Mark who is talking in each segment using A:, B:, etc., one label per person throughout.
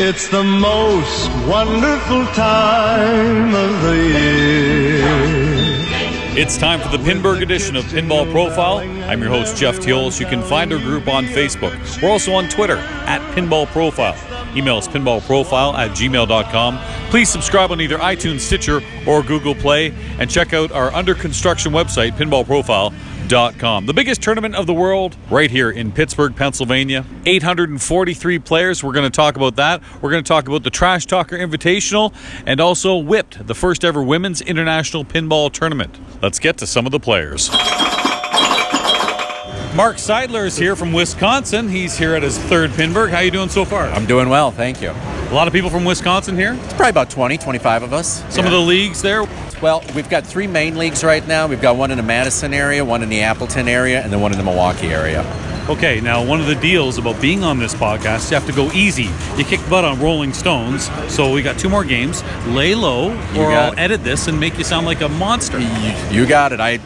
A: It's the most wonderful time of the year.
B: It's time for the Pinburg edition of Pinball Profile. I'm your host, Jeff Teolis. You can find our group on Facebook. We're also on Twitter at Pinball Profile. Email us pinballprofile at gmail.com. Please subscribe on either iTunes, Stitcher, or Google Play, and check out our under construction website, pinballprofile.com. The biggest tournament of the world, right here in Pittsburgh, Pennsylvania. 843 players. We're going to talk about that. We're going to talk about the Trash Talker Invitational and also Whipped, the first ever women's international pinball tournament. Let's get to some of the players. Mark Seidler is here from Wisconsin. He's here at his third Pinburg. How you doing so far?
C: I'm doing well, thank you.
B: A lot of people from Wisconsin here.
C: It's probably about 20, 25 of us.
B: Some of the leagues there.
C: the. Well, we've got three main leagues right now. We've got one in the Madison area, one in the Appleton area, and then one in the Milwaukee area.
B: Okay, now one of the deals about being on this podcast, you have to go easy. You kick butt on Rolling Stones, so we got two more games. Lay low,
C: You
B: or
C: got
B: I'll
C: it.
B: edit this and make you sound like a monster.
C: You got it. I,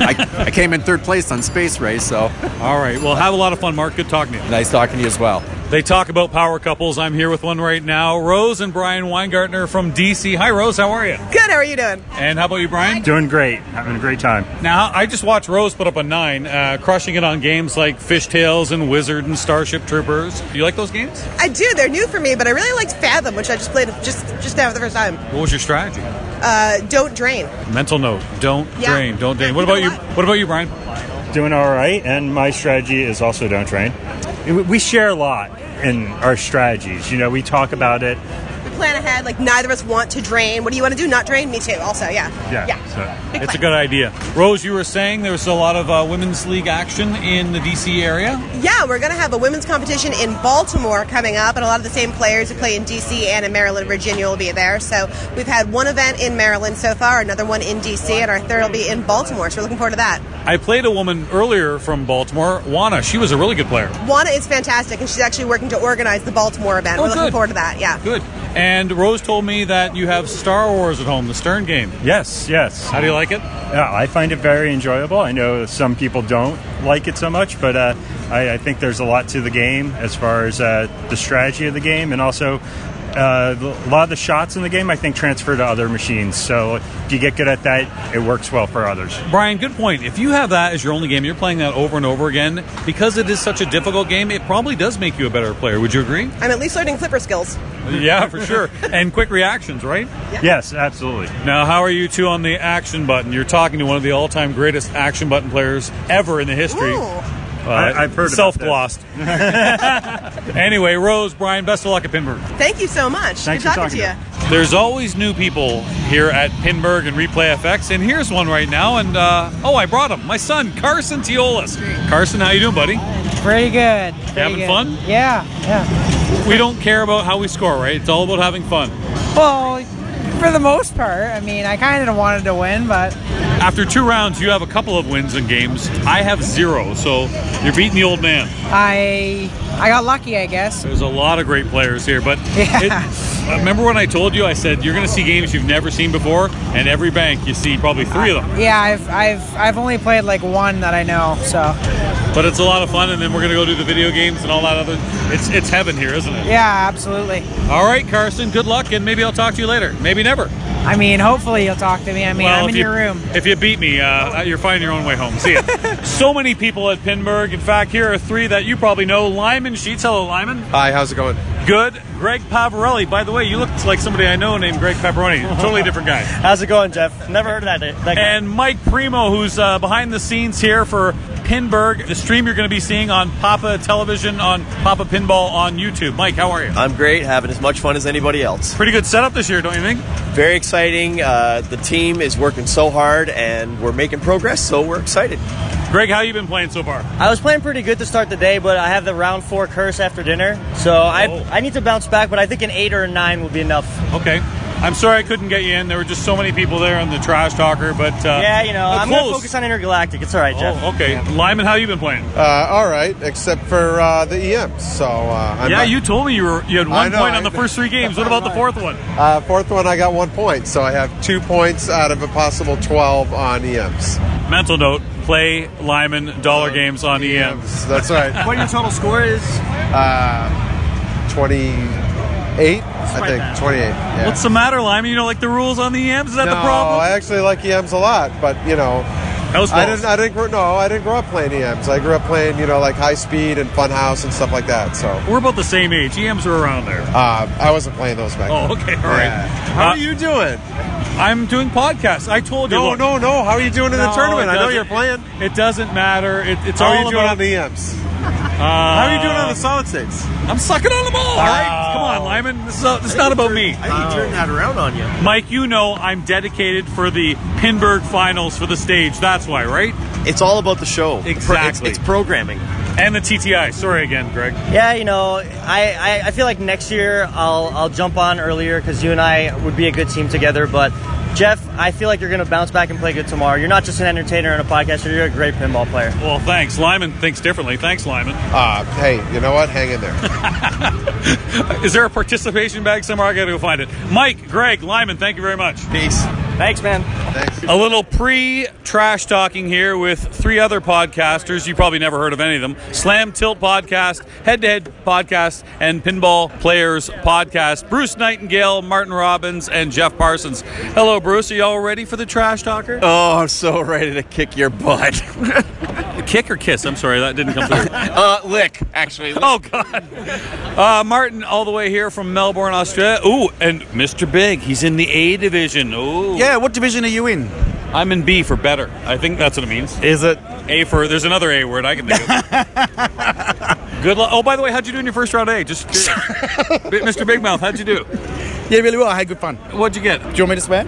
C: I, I came in third place on Space Race, so
B: All right, well, have a lot of fun, Mark. Good talking to you.
C: nice talking to you as well.
B: They talk about power couples. I'm here with one right now, Rose and Brian Weingartner from DC. Hi, Rose. How are you?
D: Good. How are you doing?
B: And how about you, Brian?
E: Doing great, having a great time.
B: Now, I just watched Rose put up a nine, uh, crushing it on games like Fishtails and Wizard and Starship Troopers. Do you like those games?
D: I do. They're new for me, but I really liked Fathom, which I just played just just now for the first time.
B: What was your strategy?
D: Uh, don't drain.
B: Mental note: Don't
D: Yeah.
B: drain, don't drain. What
D: You know
B: about you?
D: what?
B: What about you, Brian?
E: Doing all right, and my strategy is also don't train. We share a lot in our strategies. You know, we talk about it.
D: We plan ahead. Like neither of us want to drain. What do you want to do? Not drain. Me too. Also, yeah.
E: Yeah,
D: Yeah.
E: so-
D: Big
B: It's a
D: plan.
B: good idea. Rose, you were saying there was a lot of uh, women's league action in the DC area.
D: Yeah, we're gonna have a women's competition in Baltimore coming up, and a lot of the same players who play in DC and in Maryland, Virginia will be there. So we've had one event in Maryland so far, another one in DC, and our third will be in Baltimore. So we're looking forward to that.
B: I played a woman earlier from Baltimore, Juana. She was a really good player.
D: Juana is fantastic, and she's actually working to organize the Baltimore event.
B: Oh,
D: we're looking
B: good.
D: forward to that. Yeah.
B: Good. And Rose told me that you have Star Wars at home, the Stern game.
E: Yes, yes.
B: How do you like it?
E: Yeah, I find it very enjoyable. I know some people don't like it so much, but uh, I, I think there's a lot to the game as far as uh, the strategy of the game and also. Uh, the- a lot of the shots in the game, I think, transfer to other machines. So if you get good at that, it works well for others.
B: Brian, good point. If you have that as your only game, you're playing that over and over again, because it is such a difficult game, it probably does make you a better player. Would you agree?
D: I'm at least learning flipper skills.
B: yeah, for sure. And quick reactions, right?
E: Yes, absolutely.
B: Now, how are you two on the action button? You're talking to one of the all time greatest action button players ever in the history. Uh,
D: Ooh.
E: I- I've heard about
B: Self glossed. anyway, Rose, Brian, best of luck at Pinburg.
D: Thank you so much.
E: Thanks
D: Good
E: for
D: talking,
E: talking
D: to
E: to
D: you.
B: There's always new people here at Pinburg and Replay FX, and here's one right now. And uh, oh, I brought him, my son Carson Teolis. Carson, how you doing, buddy?
F: Pretty good. Pretty
B: Having
F: good.
B: fun?
F: Yeah, yeah.
B: We don't care about how we score, right? It's all about having fun.
F: Well, for the most part, I mean, I kind of wanted to win, but
B: After two rounds, you have a couple of wins in games. I have zero, so you're beating the old man.
F: I I got lucky, I guess.
B: There's a lot of great players here, but
F: Yeah.
B: it, uh, remember when I told you I said you're going to see games you've never seen before, and every bank you see probably three of them.
F: Yeah, I've I've I've only played like one that I know. So
B: But it's a lot of fun, and then we're going to go do the video games and all that other. It's it's heaven here, isn't it?
F: yeah, absolutely.
B: All right, Carson. Good luck, and maybe I'll talk to you later. Maybe never.
F: I mean, hopefully you'll talk to me. I mean, I'm
B: if
F: in
B: you,
F: your room.
B: If you beat me, uh, you're finding your own way home. See ya. so many people at Pinburg. In fact, here are three that you probably know: Lyman Sheets. Hello, Lyman.
G: Hi, how's it going?
B: Good. Greg Pavarelli. By the way, you look like somebody I know named Greg Pepperoni. Totally different guy.
H: How's it going, Jeff? Never heard of that. that guy.
B: and Mike Primo, who's uh, behind the scenes here for Pinburg, the stream you're going to be seeing on Papa Television, on Papa Pinball on YouTube. Mike, how are you?
H: I'm great, having as much fun as anybody else.
B: Pretty good setup this year, don't you think?
H: Very exciting. Uh, the team is working so hard, and we're making progress, so we're excited.
B: Greg, how you been playing so far?
I: I was playing pretty good to start the day, but I have the round four curse after dinner, so I
B: Oh.
I: I need to bounce back. But I think an eight or a nine will be enough.
B: Okay. I'm sorry I couldn't get you in. There were just so many people there on the trash talker, but uh,
I: yeah, you know,
B: uh,
I: I'm
B: close.
I: gonna focus on intergalactic. It's all right, Jeff.
B: Oh, okay. Lyman, how you been playing?
G: Uh, all right, except for uh, the EMs. So uh, I'm
B: yeah,
G: not-
B: you told me you were you had
G: I
B: one
G: know,
B: point
G: I-
B: on the first three games. What about the fourth one?
G: Uh, fourth one, I got one point, so I have two points out of a possible twelve on E EMs.
B: Mental note: play Lyman dollar games on E EM.
G: That's right.
H: What your total score is?
G: Twenty eight, I think, 28. Yeah.
B: What's the matter, Lyman? You don't like the rules on the EMs? Is that
G: no,
B: the problem?
G: I actually like EMs a lot, but you know,
B: House
G: I
B: balls.
G: didn't. I didn't. Grow, no, I didn't grow up playing EMs. I grew up playing, you know, like high speed and fun house and stuff like that. So
B: We're about the same age. EMs are around there.
G: uh, I wasn't playing those back.
B: Oh,
G: then.
B: okay, all right.
G: Yeah. How
B: Uh,
G: are you doing?
B: I'm doing podcasts. I told you.
G: No,
B: look,
G: no, no. How are you doing in the
B: No,
G: tournament?
B: it
G: I know
B: doesn't-
G: you're playing.
B: It doesn't matter. It, it's
G: How
B: all
G: are you doing
B: about-
G: on the Um, EMs? How are you doing on the solid states?
B: I'm sucking on the ball. All right, come
G: Oh.
B: on, Lyman. This is, this is not about me.
H: I turned that around on you.
B: Mike, you know I'm dedicated for the Pinburg finals for the stage. That's why, right?
H: It's all about the show. The pro- it's-
B: Exactly.
H: It's, programming.
B: And the TTI. Sorry again, Greg.
I: Yeah, you know, I, I, I feel like next year I'll I'll jump on earlier because you and I would be a good team together. But Jeff, I feel like you're going to bounce back and play good tomorrow. You're not just an entertainer and a podcaster; you're a great pinball player.
B: Well, thanks. Lyman thinks differently. Thanks, Lyman.
G: Uh, hey, you know what? Hang in there.
B: Is there a participation bag somewhere? I gotta go find it. Mike, Greg, Lyman, thank you very much.
H: Peace.
I: Thanks, man.
G: Thanks.
B: A little pre trash talking here with three other podcasters. You probably never heard of any of them Slam Tilt Podcast, Head to Head Podcast, and Pinball Players Podcast. Bruce Nightingale, Martin Robbins, and Jeff Parsons. Hello, Bruce. Are y'all ready for the trash talker?
H: Oh, I'm so ready to kick your butt.
B: Kick or kiss? I'm sorry, that didn't come through.
H: uh, lick, actually. Lick.
B: oh, God. Uh, Martin, all the way here from Melbourne, Australia. Ooh, and Mr. Big, he's in the A division. Ooh.
J: Yeah, what division are you in?
B: I'm in B for better. I think that's what it means.
J: Is it?
B: A for there's another A word I can think of. Good luck. Oh, by the way, how'd you do in your first round A? Just curious. B- Mr. Big Mouth, how'd you do?
J: Yeah, really well. I had good fun. Do
B: What'd you get?
J: you want me to swear?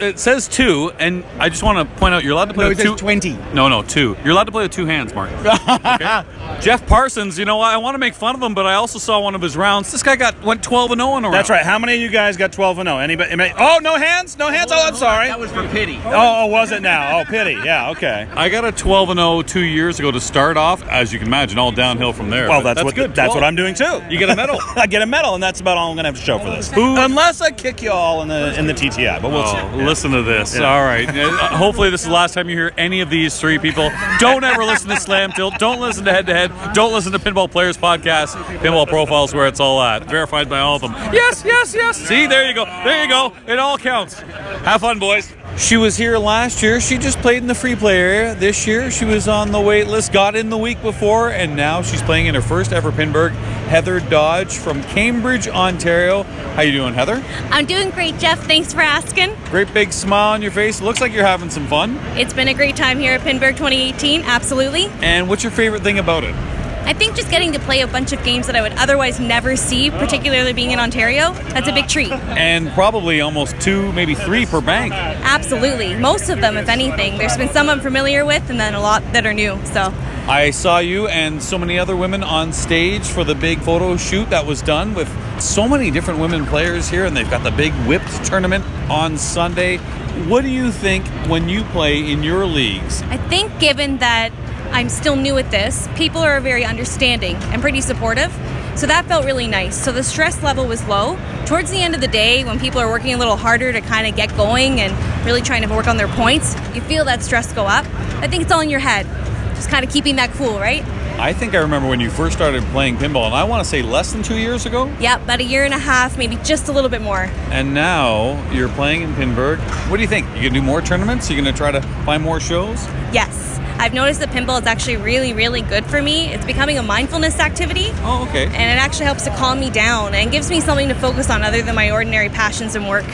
B: It says two, and I just want to point out you're allowed to play
J: No, it
B: with
J: says
B: two.
J: 20.
B: No, no, two. You're allowed to play with two hands, Mark. Okay? Jeff Parsons, you know I want to make fun of him, but I also saw one of his rounds. This guy got went 12 and 0 in a round.
J: That's right. How many of you guys got 12 and 0? Anybody? anybody- Oh, no hands? No hands? Oh, I'm sorry. That was for pity. Oh, oh, was it now? Oh, pity. Yeah, okay.
B: I got a 12 and 0 two years ago to start off. As you can imagine, all downhill from there.
J: Well,
B: But
J: that's, what
B: good.
J: that's
B: 12.
J: what I'm doing too.
B: You get a medal.
J: I get a medal, and that's about all I'm going to have to show for this.
B: Who-
J: Unless I kick you all in the in the TTI, but we'll see.
B: Oh, listen to this. All right. Uh, Hopefully, this is the last time you hear any of these three people. Don't ever listen to Slam Tilt. Don't listen to Head to Head. Don't listen to Pinball Players Podcast. Pinball Profiles, where it's all at. Verified by all of them. Yes, yes, yes. See, there you go. There you go. It all counts. Have fun, boys. She was here last year. She just played in the free play area. This year, she was on the wait list, got in the week before, and now she's playing in her first ever Pinburg. Heather Dodge from Cambridge, Ontario. How you doing, Heather?
K: I'm doing great, Jeff. Thanks for asking.
B: Great big smile on your face. Looks like you're having some fun.
K: It's been a great time here at Pinburg 2018, absolutely.
B: And what's your favorite thing about it?
K: I think just getting to play a bunch of games that I would otherwise never see, particularly being in Ontario, that's a big treat.
B: And probably almost two, maybe three per bank.
K: Absolutely. Most of them, if anything. There's been some I'm familiar with and then a lot that are new. So
B: I saw you and so many other women on stage for the big photo shoot that was done with so many different women players here, and they've got the big whips tournament on Sunday. What do you think when you play in your leagues?
K: I think given that I'm still new at this, people are very understanding and pretty supportive. So that felt really nice. So the stress level was low. Towards the end of the day, when people are working a little harder to kind of get going and really trying to work on their points, you feel that stress go up. I think it's all in your head. Just kind of keeping that cool, right?
B: I think I remember when you first started playing pinball, and I want to say less than two years ago.
K: Yep, about a year and a half, maybe just a little bit more.
B: And now you're playing in Pinburg. What do you think? You gonna do more tournaments? You gonna try to find more shows?
K: Yes, I've noticed that pinball is actually really, really good for me. It's becoming a mindfulness activity.
B: Oh, okay.
K: and it actually helps to calm me down and gives me something to focus on other than my ordinary passions and work.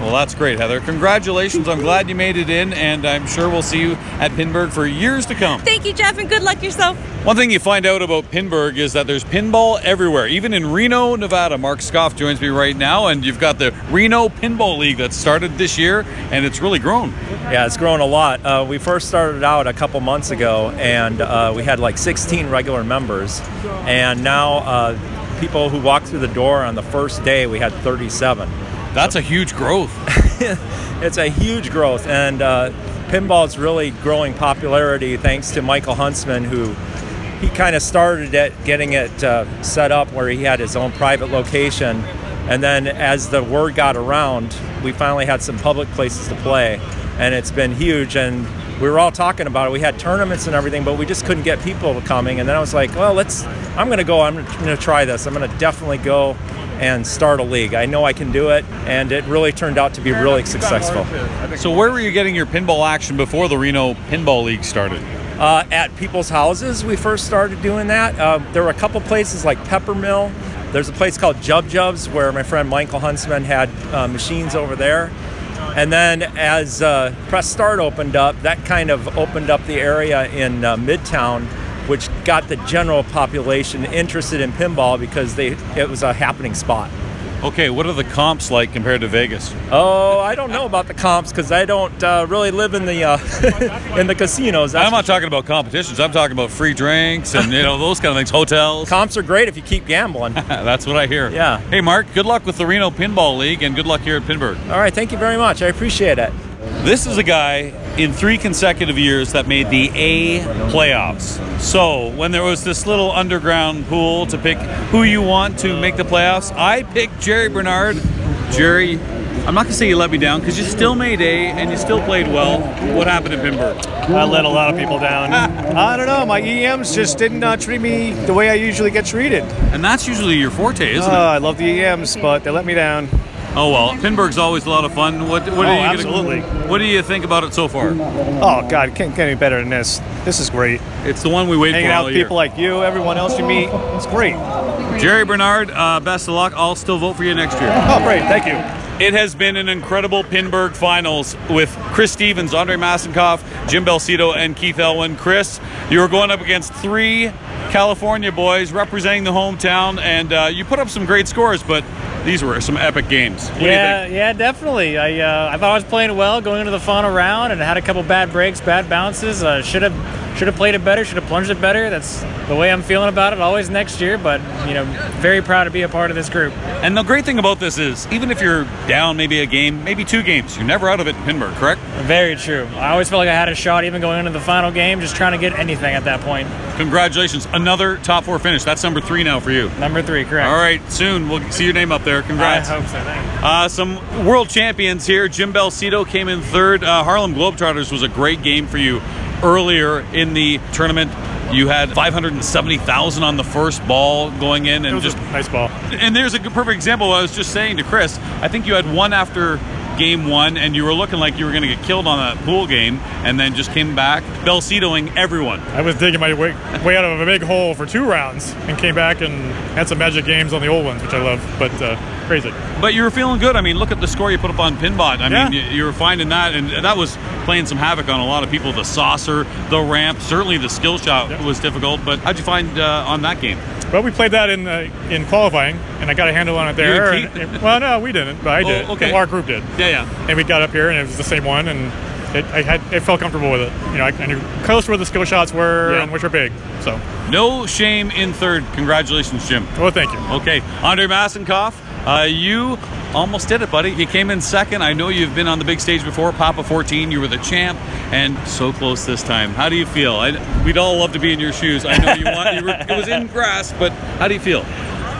B: Well, that's great, Heather. Congratulations. I'm glad you made it in, and I'm sure we'll see you at Pinburg for years to come.
K: Thank you, Jeff, and good luck yourself.
B: One thing you find out about Pinburg is that there's pinball everywhere, even in Reno, Nevada. Mark Scoff joins me right now, and you've got the Reno Pinball League that started this year, and it's really grown.
L: Yeah, it's grown a lot. Uh, we first started out a couple months ago, and uh, we had like 16 regular members, and now uh, people who walked through the door on the first day, we had 37.
B: That's a huge growth.
L: It's a huge growth, and uh, pinball's really growing popularity thanks to Michael Huntsman, who he kind of started at getting it uh, set up where he had his own private location, and then as the word got around, we finally had some public places to play, and it's been huge. And we were all talking about it. We had tournaments and everything, but we just couldn't get people coming. And then I was like, well, let's. I'm going to go. I'm going to try this. I'm going to definitely go and start a league. I know I can do it, and it really turned out to be really successful.
B: So where were you getting your pinball action before the Reno Pinball League started?
L: uh, at people's houses. We first started doing that. Uh, there were a couple places like Peppermill. There's a place called Jub Jubs where my friend Michael Huntsman had uh, machines over there. And then as uh, Press Start opened up, that kind of opened up the area in uh, Midtown, which got the general population interested in pinball because they it was a happening spot.
B: Okay, what are the comps like compared to Vegas?
L: Oh, I don't know about the comps because I don't uh, really live in the uh, in the casinos.
B: I'm not talking about competitions. I'm talking about free drinks and you know those kind of things. Hotels.
L: Comps are great if you keep gambling.
B: That's what I hear.
L: Yeah.
B: Hey, Mark. Good luck with the Reno Pinball League and good luck here at Pinburg.
L: All right, thank you very much. I appreciate it.
B: This is a guy in three consecutive years that made the A playoffs. So when there was this little underground pool to pick who you want to make the playoffs, I picked Jerry Bernard. Jerry, I'm not gonna say you let me down because you still made A and you still played well. What happened in Pinburg?
M: I let a lot of people down. I don't know. My EMs just didn't uh, treat me the way I usually get treated.
B: And that's usually your forte, isn't
M: Uh,
B: it?
M: I love the EMs, but they let me down.
B: Oh well, Pinburg's always a lot of fun. What, what
M: Oh,
B: are you
M: absolutely.
B: Gonna, what do you think about it so far?
M: Oh God, can't get any better than this. This is great.
B: It's the one we wait
M: Hanging
B: for
M: out
B: all
M: with
B: year.
M: people like you, everyone else you meet. It's great. Oh,
B: Jerry Bernard, uh, best of luck. I'll still vote for you next year.
M: Oh, great. Thank you.
B: It has been an incredible Pinburg finals with Chris Stevens, Andre Masenkoff, Jim Belcito, and Keith Elwin. Chris, you were going up against three California boys representing the hometown, and uh, you put up some great scores, but these were some epic games. What do you
N: yeah, yeah, definitely. I uh, I thought I was playing well going into the final round, and I had a couple bad breaks, bad bounces. Uh, should have should have played it better. Should have plunged it better. That's the way I'm feeling about it. Always next year, but you know, very proud to be a part of this group.
B: think? And the great thing about this is, even if you're down maybe a game, maybe two games, you're never out of it in Pinburg, correct?
N: Very true. I always felt like I had a shot, even going into the final game, just trying to get anything at that point.
B: Congratulations, another top four finish. That's number three now for you.
N: Number three, correct.
B: All right, soon we'll see your name up there. Congrats.
N: I hope so. Thank you.
B: Uh, some world champions here. Jim Belcito came in third. Uh, Harlem Globetrotters was a great game for you earlier in the tournament. You had 570,000 on the first ball going in, and just
M: nice ball.
B: And there's a good- perfect example. What I was just saying to Chris. I think you had one after game one, and you were looking like you were going to get killed on that pool game, and then just came back Belcitoing everyone.
O: I was digging my way, way out of a big hole for two rounds and came back and had some magic games on the old ones, which I love, but uh, crazy.
B: But you were feeling good. I mean, look at the score you put up on Pinbot. I mean, you, you were finding that, and that was playing some havoc on a lot of people. The saucer, the ramp, certainly the skill shot was difficult. But how'd you find uh, on that game?
O: But we played that in uh, in qualifying, and I got a handle on it there.
B: You and
O: and- and- well, no, we didn't, but I
B: Oh,
O: did.
B: okay.
O: Our group did.
B: Yeah, yeah.
O: And we got up here, and it was the same one, and it, I had I felt comfortable with it. You know, I, I knew close where the skill shots were
B: Yeah.
O: and which were big. So
B: No shame in third. Congratulations, Jim.
O: Well, thank you.
B: Okay, Andre Masenkoff, uh, you almost did it, buddy. You came in second. I know you've been on the big stage before, Papa 14. You were the champ, and so close this time. How do you feel? I, we'd all love to be in your shoes. I know you want. You were, it was in grass, but how do you feel?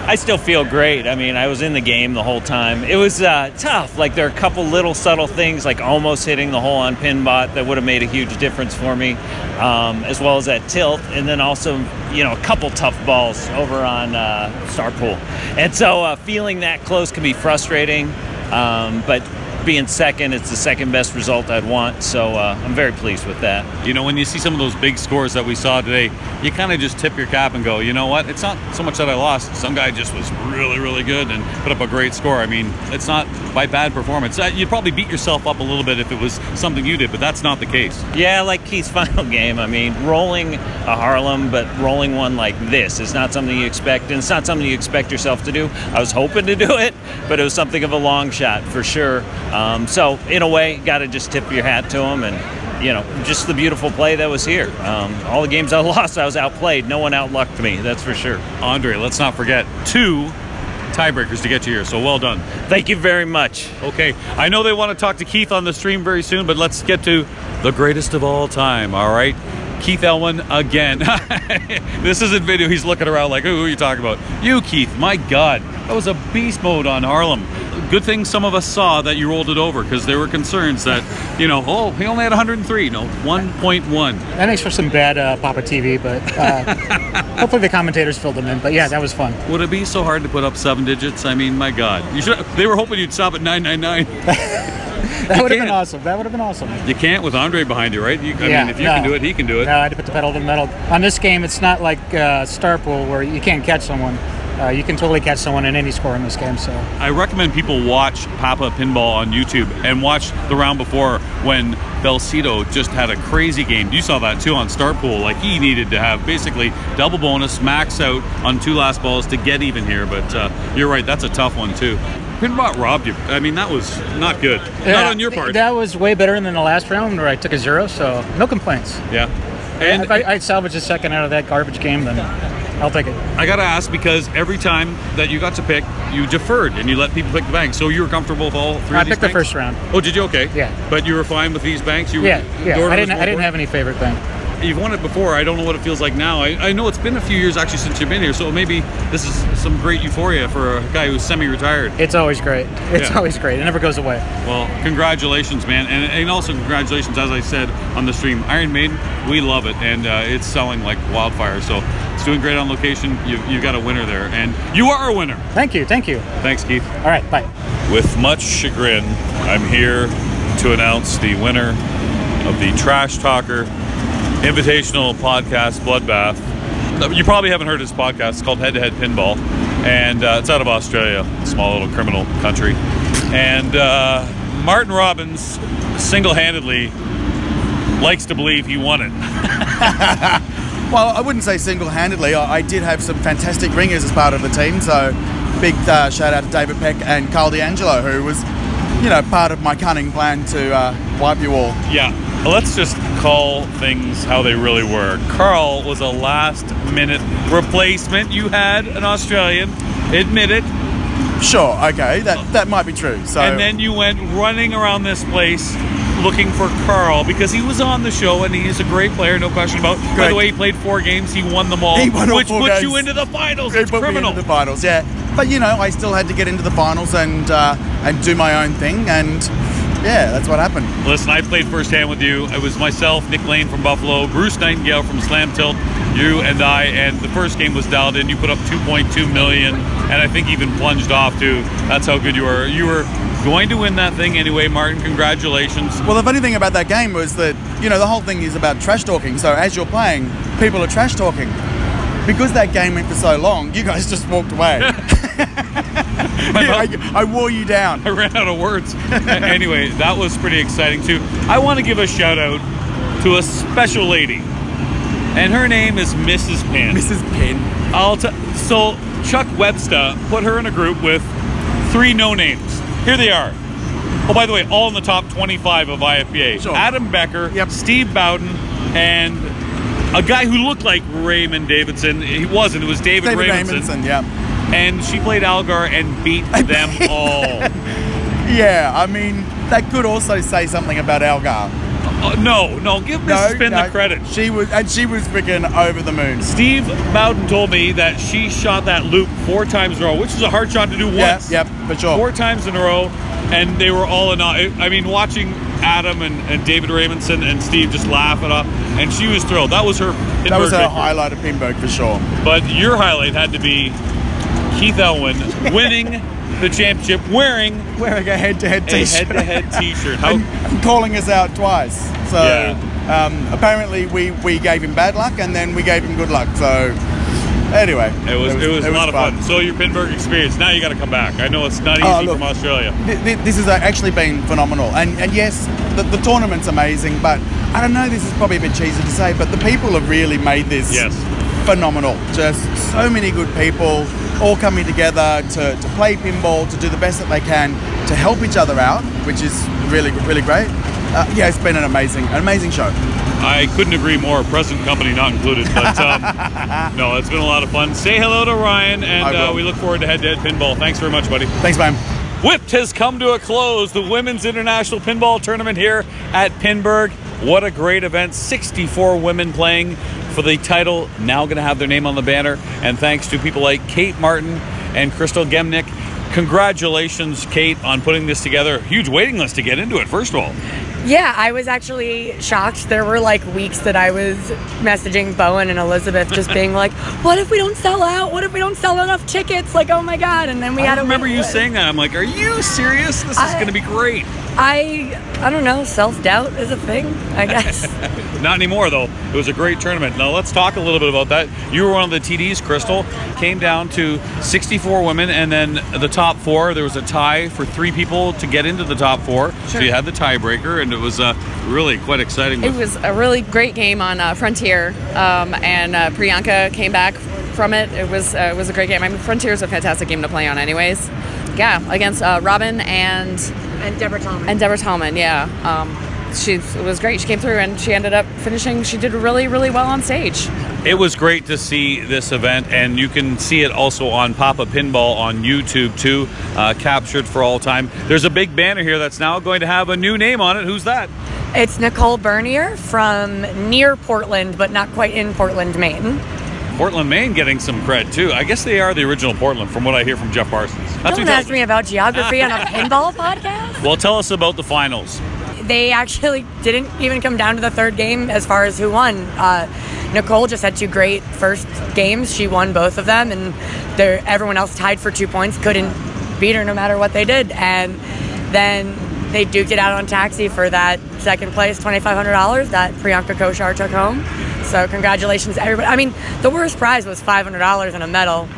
P: I still feel great. I mean, I was in the game the whole time. It was uh, tough. Like there are a couple little subtle things, like almost hitting the hole on pinbot, that would have made a huge difference for me, um, as well as that tilt, and then also you know a couple tough balls over on uh, star pool. And so uh, feeling that close can be frustrating, um, but being second, it's the second best result I'd want. So uh, I'm very pleased with that.
B: You know, when you see some of those big scores that we saw today, you kind of just tip your cap and go, you know what? It's not so much that I lost. Some guy just was really, really good and put up a great score. I mean, it's not by bad performance. Uh, You'd probably beat yourself up a little bit if it was something you did, but that's not the case.
P: Yeah, like Keith's final game. I mean, rolling a Harlem, but rolling one like this is not something you expect, and it's not something you expect yourself to do. I was hoping to do it, but it was something of a long shot for sure. Um, so, in a way, got to just tip your hat to him and, you know, just the beautiful play that was here. Um, all the games I lost, I was outplayed. No one outlucked me, that's for sure.
B: Andre, let's not forget two tiebreakers to get you here, so well done.
P: Thank you very much.
B: Okay, I know they want to talk to Keith on the stream very soon, but let's get to the greatest of all time, all right? Keith Elwin again. this isn't video. He's looking around like, "Who are you talking about?" You, Keith. My God, that was a beast mode on Harlem. Good thing some of us saw that you rolled it over because there were concerns that, you know, oh, he only had 103. No, 1.1.
Q: That makes for some bad uh, Papa TV, but uh, hopefully the commentators filled them in. But yeah, that was fun.
B: Would it be so hard to put up seven digits? I mean, my God. You should. They were hoping you'd stop at 999.
Q: That would have been awesome. That would have been awesome.
B: You can't with Andre behind you, right? You, I
Q: Yeah,
B: mean, if you
Q: no.
B: can do it, he can do it.
Q: No, I had to put the pedal to the metal. On this game, it's not like uh, Starpool where you can't catch someone. Uh, you can totally catch someone in any score in this game. So
B: I recommend people watch Papa Pinball on YouTube and watch the round before when Belcito just had a crazy game. You saw that too on Star Pool. Like he needed to have basically double bonus, max out on two last balls to get even here. But uh, you're right, that's a tough one too. Pinbot robbed you. I mean, that was not good. Not
Q: Yeah,
B: on your
Q: th-
B: part.
Q: That was way better than the last round where I took a zero. So no complaints.
B: yeah.
Q: And if I, I'd salvage a second out of that garbage game, then I'll take it.
B: I gotta ask because every time that you got to pick, you deferred and you let people pick the bank. So you were comfortable with all three.
Q: I
B: of these
Q: picked the
B: banks?
Q: first round.
B: Oh, did you? Okay.
Q: Yeah.
B: But you were fine with these banks. You were,
Q: yeah, yeah.
B: Dorn
Q: I
B: was
Q: didn't.
B: going
Q: I didn't
B: for
Q: have any favorite thing.
B: it? You've won it before. I don't know what it feels like now. I, I know it's been a few years actually since you've been here, so maybe this is some great euphoria for a guy who's semi-retired.
Q: It's always great. It's
B: Yeah.
Q: always great. It never goes away.
B: Well, congratulations, man, and, and also congratulations, as I said on the stream, Iron Maiden. We love it, and uh, it's selling like wildfire. So it's doing great on location. You've, you've got a winner there, and you are a winner.
Q: Thank you. Thank you.
B: Thanks, Keith.
Q: All right. Bye.
B: With much chagrin, I'm here to announce the winner of the Trash Talker Invitational Podcast Bloodbath. You probably haven't heard his podcast. It's called Head to Head Pinball, and uh, it's out of Australia, small little criminal country. And uh, Martin Robbins single handedly likes to believe he won it.
R: Well, Oh, I wouldn't say single-handedly. I, I did have some fantastic ringers as part of the team. So, big uh, shout out to David Peck and Carl D'Angelo, who was, you know, part of my cunning plan to uh, wipe you all.
B: Yeah, let's just call things how they really were. Carl was a last minute replacement. You had an Australian, admit it.
R: Sure, okay, that that might be true. So,
B: and then you went running around this place looking for Carl because he was on the show and he is a great player, no question about. it. By
R: Correct.
B: the way, he played four games, he won them all,
R: He won all
B: which
R: four
B: puts
R: games.
B: you into the finals.
R: It
B: It's
R: put me
B: criminal.
R: into the finals, yeah. But you know, I still had to get into the finals and uh, and do my own thing, and yeah, that's what happened.
B: Listen, I played firsthand with you. It was myself, Nick Lane from Buffalo, Bruce Nightingale from Slam Tilt, you and I. And the first game was dialed in. You put up 2.2 million, and I think even plunged off too. That's how good you were. You were going to win that thing anyway, Martin. Congratulations.
R: Well, if anything about that game was that, you know, the whole thing is about trash talking. So as you're playing, people are trash talking. Because that game went for so long, you guys just walked away. I, I wore you down.
B: I ran out of words. anyway, that was pretty exciting too. I want to give a shout out to a special lady, and her name is Mrs. Penn. Mrs.
R: Penn.
B: I'll t- so Chuck Webster put her in a group with three no names. Here they are. Oh, by the way, all in the top 25 of IFPA. Adam Becker, Steve Bowden, and a guy who looked like Raymond Davidson. He wasn't. It was David,
R: David
B: Raymondson.
R: Raymondson, yeah.
B: And she played Algar and beat them all.
R: Yeah, I mean, that could also say something about Algar.
B: Uh, no, no, give
R: Mrs.
B: Penn the
R: credit. She was, and she was freaking over the moon.
B: Steve Bowden told me that she shot that loop four times in a row, which is a hard shot to do
R: Yeah,
B: once.
R: yep, for sure.
B: Four times in a row, and they were all in awe. I- I mean, watching Adam and, and David Raymondson and Steve just laugh it up, and she was thrilled. That was her.
R: That was
B: Hindenburg
R: her
B: victory.
R: highlight of Pinburg for sure.
B: But your highlight had to be Keith Elwin winning the championship, wearing
R: wearing a head-to-head t-shirt.
B: A head-to-head T-shirt. How
R: and calling us out twice. So
B: Yeah.
R: um, apparently we, we gave him bad luck and then we gave him good luck. So anyway,
B: It was, it was, a lot of fun. So your Pinburg experience. Now you got to come back. I know it's not easy
R: Oh, look.
B: from Australia.
R: Th- th- This has uh, actually been phenomenal, and and yes, the, the tournament's amazing, but I don't know. This is probably a bit cheesy to say, but the people have really made this
B: Yes.
R: phenomenal. Just so many good people all coming together to, to play pinball, to do the best that they can, to help each other out, which is really really great. Uh, yeah, it's been an amazing an amazing show.
B: I couldn't agree more. Present company not included. But um, no, it's been a lot of fun. Say hello to Ryan, and
R: I will.
B: uh, we look forward to head to head pinball. Thanks very much, buddy.
R: Thanks, man.
B: Whipped has come to a close. The Women's International Pinball Tournament here at Pinburg. What a great event. 64 women playing for the title. Now going to have their name on the banner. And thanks to people like Kate Martin and Crystal Gemnick Congratulations, Kate, on putting this together. Huge waiting list to get into it, first of all.
S: Yeah, I was actually shocked. There were like weeks that I was messaging Bowen and Elizabeth just being like, what if we don't sell out? What if we don't sell enough tickets? Like, oh my God. And then we
B: I
S: had a
B: remember
S: wait
B: you
S: list.
B: saying that. I'm like, are you serious? This is
S: I-
B: going to be great.
S: I, I don't know, self doubt is a thing, I guess.
B: Not anymore, though. It was a great tournament. Now, let's talk a little bit about that. You were one of the TDs, Crystal. Came down to 64 women, and then the top four, there was a tie for three people to get into the top four. So
T: Sure.
B: you had the tiebreaker, and it was uh, really quite exciting.
T: It was a really great game on uh, Frontier, um, and uh, Priyanka came back from it. It was uh, it was a great game. I mean, Frontier is a fantastic game to play on, anyways. Yeah, against uh, Robin and and Deborah Tallman. And Deborah Tallman, yeah. Um, she it was great. She came through and she ended up finishing. She did really really well on stage.
B: It was great to see this event, and you can see it also on Papa Pinball on YouTube too, uh, captured for all time. There's a big banner here that's now going to have a new name on it. Who's that?
S: it's Nicole Bernier from near Portland, but not quite in Portland, Maine.
B: Portland, Maine, getting some cred too. I guess they are the original Portland, from what I hear from Jeff Parsons. That's
S: don't
B: who
S: ask me about geography on a pinball podcast.
B: tells- well, tell us about the finals.
S: they actually didn't even come down to the third game as far as who won. Uh, Nicole just had two great first games. She won both of them, and there- everyone else tied for two points couldn't beat her no matter what they did. And then they duked it out on taxi for that second place $2,500 that Priyanka Koshar took home. So congratulations, everybody. I mean, the worst prize was $500 and a medal.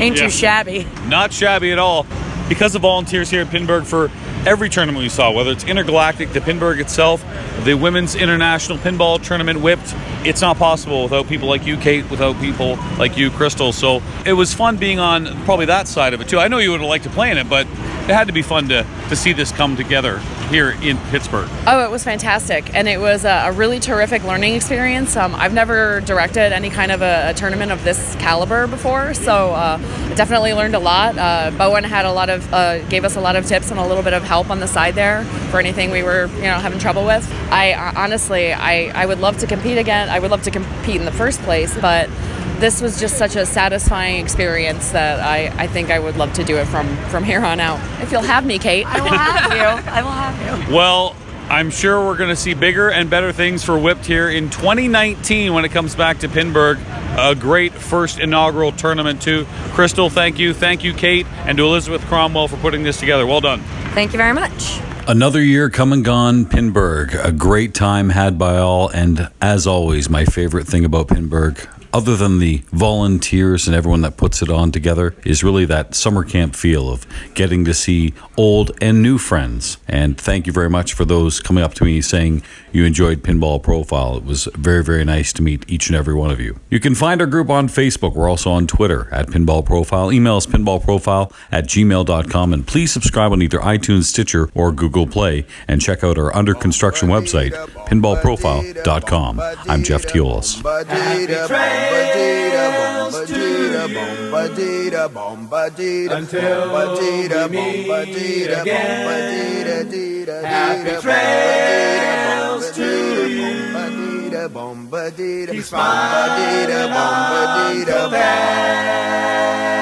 S: Ain't
B: Yeah.
S: too shabby.
B: Not shabby at all. Because of volunteers here at Pinburg for every tournament we saw, whether it's Intergalactic, the Pinburg itself, the Women's International Pinball Tournament whipped, it's not possible without people like you, Kate, without people like you, Crystal. So it was fun being on probably that side of it too. I know you would have liked to play in it, but it had to be fun to, to see this come together here in Pittsburgh.
T: Oh, it was fantastic, and it was a, a really terrific learning experience. Um, I've never directed any kind of a, a tournament of this caliber before, so uh, definitely learned a lot. Uh, Bowen had a lot of uh, gave us a lot of tips and a little bit of help on the side there for anything we were you know having trouble with. I uh, honestly, I, I would love to compete again. I would love to compete in the first place, but this was just such a satisfying experience that I, I think I would love to do it from from here on out. If you'll have me, Kate, I will have you.
S: I will have you.
B: Well, I'm sure we're going to see bigger and better things for Whipped here in 2019 when it comes back to Pinburg. A great first inaugural tournament, too. Crystal, thank you. Thank you, Kate, and to Elizabeth Cromwell for putting this together. Well done.
S: Thank you very much.
U: Another year come and gone, Pinburg. A great time had by all. And as always, my favorite thing about Pinburg, other than the volunteers and everyone that puts it on together, is really that summer camp feel of getting to see old and new friends. And thank you very much for those coming up to me saying you enjoyed Pinball Profile. It was very, very nice to meet each and every one of you. You can find our group on Facebook. We're also on Twitter at Pinball Profile. Email us pinballprofile at gmail.com. And please subscribe on either iTunes, Stitcher, or Google Play. And check out our under construction website, pinballprofile.com. I'm Jeff Teolis.
V: Until we meet again, happy trails to you. Keep smiling until then.